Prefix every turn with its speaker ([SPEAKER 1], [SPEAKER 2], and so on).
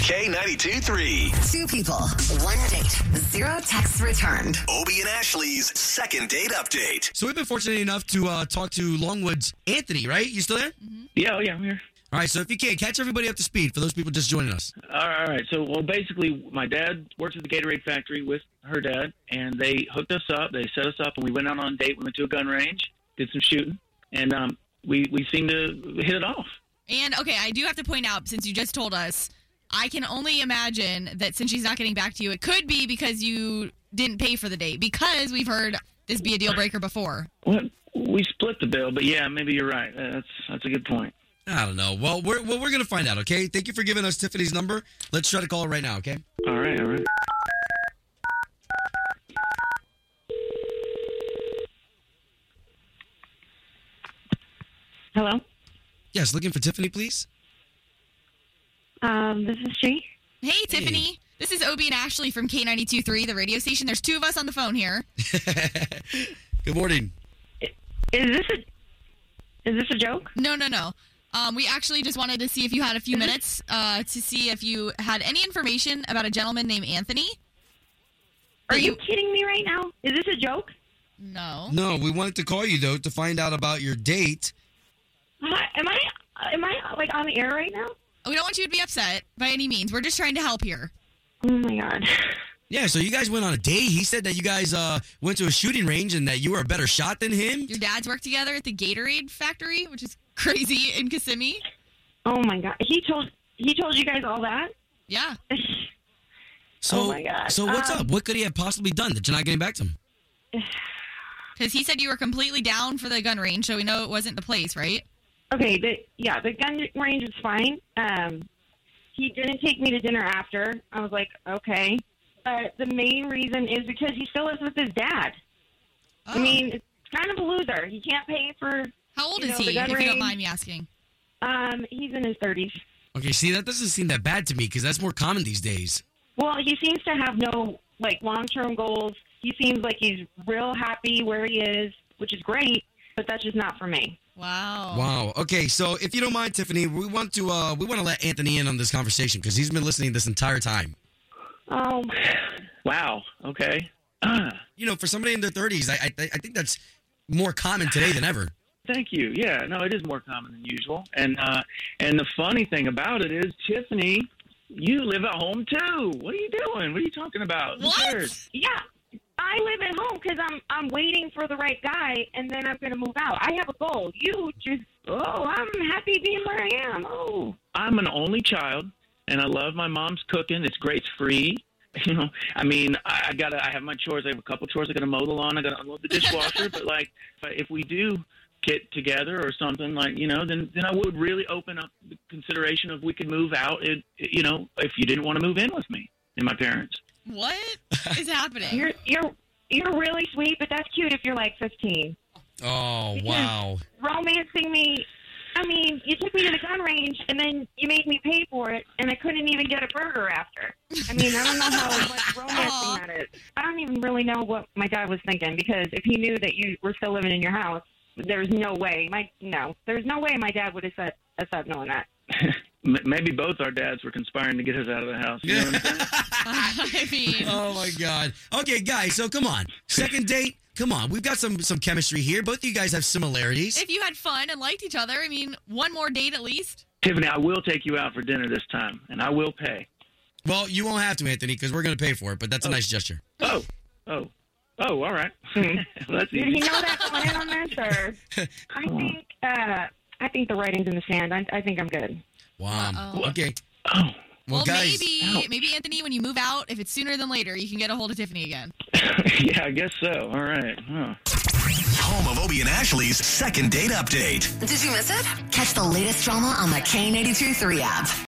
[SPEAKER 1] K92 3.
[SPEAKER 2] Two people, one date, zero texts returned.
[SPEAKER 1] Obie and Ashley's second date update.
[SPEAKER 3] So we've been fortunate enough to uh, talk to Longwood's Anthony, right? You still there?
[SPEAKER 4] Yeah, oh, yeah, I'm here.
[SPEAKER 3] All right. So if you can, catch everybody up to speed for those people just joining us.
[SPEAKER 4] All right, all right. So, well, basically, my dad works at the Gatorade factory with her dad, and they hooked us up. They set us up, and we went out on a date. We went to a gun range, did some shooting, and um, we we seemed to hit it off.
[SPEAKER 5] And okay, I do have to point out since you just told us, I can only imagine that since she's not getting back to you, it could be because you didn't pay for the date because we've heard this be a deal breaker before.
[SPEAKER 4] Well, we split the bill, but yeah, maybe you're right. Uh, That's that's a good point.
[SPEAKER 3] I don't know. Well, we're well, we're gonna find out. Okay. Thank you for giving us Tiffany's number. Let's try to call her right now. Okay.
[SPEAKER 4] All right, all right.
[SPEAKER 6] Hello.
[SPEAKER 3] Yes. Looking for Tiffany, please.
[SPEAKER 6] Um, this is she.
[SPEAKER 5] Hey, Tiffany. This is Obie and Ashley from K92.3, the radio station. There's two of us on the phone here.
[SPEAKER 3] Good morning.
[SPEAKER 6] Is this a is this a joke?
[SPEAKER 5] No, no, no. Um, we actually just wanted to see if you had a
[SPEAKER 6] Mm-hmm.
[SPEAKER 5] few minutes uh, to see if you had any information about a gentleman named Anthony.
[SPEAKER 6] Are you kidding me right now? Is this a joke?
[SPEAKER 5] No.
[SPEAKER 3] No, we wanted to call you though to find out about your date.
[SPEAKER 6] Am I am I, am I like on the air right now?
[SPEAKER 5] We don't want you to be upset by any means. We're just trying to help here.
[SPEAKER 6] Oh my god.
[SPEAKER 3] Yeah. So you guys went on a date. He said that you guys uh, went to a shooting range and that you were a better shot than him.
[SPEAKER 5] Your dads work together at the Gatorade factory, which is crazy in Kissimmee.
[SPEAKER 6] Oh my god. He told he told you guys all that.
[SPEAKER 5] Yeah.
[SPEAKER 3] So,
[SPEAKER 6] Oh, my God.
[SPEAKER 3] So what's
[SPEAKER 6] Um,
[SPEAKER 3] up? What could he have possibly done that you're not getting back to him?
[SPEAKER 5] Because he said you were completely down for the gun range, so we know it wasn't the place, right?
[SPEAKER 6] Okay. The, yeah, the gun range is fine. Um, he didn't take me to dinner after. I was like, okay. But the main reason is because he still lives with his dad. I mean, it's kind of a loser. He can't pay for.
[SPEAKER 5] how old is
[SPEAKER 6] you know,
[SPEAKER 5] he?
[SPEAKER 6] the
[SPEAKER 5] If
[SPEAKER 6] gun
[SPEAKER 5] you don't
[SPEAKER 6] range-
[SPEAKER 5] mind me asking.
[SPEAKER 6] Um, he's in his thirties.
[SPEAKER 3] Okay, see, that doesn't seem that bad to me because that's more common these days.
[SPEAKER 6] Well, he seems to have no like long term goals. He seems like he's real happy where he is, which is great, but that's just not for me.
[SPEAKER 5] Wow.
[SPEAKER 3] Wow. Okay, so if you don't mind, Tiffany, we want to uh, we want to let Anthony in on this conversation because he's been listening this entire time.
[SPEAKER 6] Oh,
[SPEAKER 4] Wow. Okay. Ah,
[SPEAKER 3] You know, for somebody in their thirties, I I, th- I think that's more common today than ever.
[SPEAKER 4] Thank you. Yeah, no, it is more common than usual. And uh, and the funny thing about it is, Tiffany, you live at home too. What are you doing? What are you talking about? Who
[SPEAKER 5] What?
[SPEAKER 4] cares?
[SPEAKER 6] yeah. I live at home because I'm I'm waiting for the right guy, and then I'm gonna move out. I have a goal. You just oh, I'm happy being where I am. Oh,
[SPEAKER 4] I'm an only child, and I love my mom's cooking. It's grace free. You know, I mean, I, I gotta. I have my chores. I have a couple chores. I gotta mow the lawn. I gotta unload the dishwasher. but like, but if we do get together or something like you know, then then I would really open up the consideration of we could move out. It, you know, if you didn't want to move in with me and my parents.
[SPEAKER 5] What is happening?
[SPEAKER 6] you're you're you're really sweet, but that's cute if you're like 15.
[SPEAKER 3] Oh
[SPEAKER 6] Yeah.
[SPEAKER 3] wow.
[SPEAKER 6] romancing me. I mean, you took me to the gun range, and then you made me pay for it, and I couldn't even get a burger after. I mean, I don't know how much
[SPEAKER 5] Aw.
[SPEAKER 6] romancing that is. I don't even really know what my dad was thinking because if he knew that you were still living in your house, there's no way my no, there's no way my dad would have said us up knowing that.
[SPEAKER 4] M- maybe both our dads were conspiring to get us out of the house. You know what I'm saying?
[SPEAKER 5] I mean,
[SPEAKER 3] Oh my god. Okay, guys, so come on, second date. Come on, we've got some some chemistry here. Both of you guys have similarities.
[SPEAKER 5] if you had fun and liked each other, I mean, one more date at least.
[SPEAKER 4] Tiffany, I will take you out for dinner this time, and I will pay.
[SPEAKER 3] Well, you won't have to, Anthony, because we're gonna pay for it. But that's a nice gesture.
[SPEAKER 4] Oh, oh, oh! All right, Well, that's
[SPEAKER 6] Did he
[SPEAKER 4] easy.
[SPEAKER 6] know that going in on this, or I think uh, I think the writing's in the sand. I, I think I'm good.
[SPEAKER 3] Wow.
[SPEAKER 5] Uh-oh.
[SPEAKER 3] Okay.
[SPEAKER 4] Oh,
[SPEAKER 3] Well, guys.
[SPEAKER 5] maybe,
[SPEAKER 4] Ow.
[SPEAKER 5] maybe Anthony, when you move out, if it's sooner than later, you can get a hold of Tiffany again.
[SPEAKER 4] yeah, I guess so. All right. Huh.
[SPEAKER 1] Home of Obie and Ashley's second date update.
[SPEAKER 2] Did you miss it? Catch the latest drama on the K82 3 app.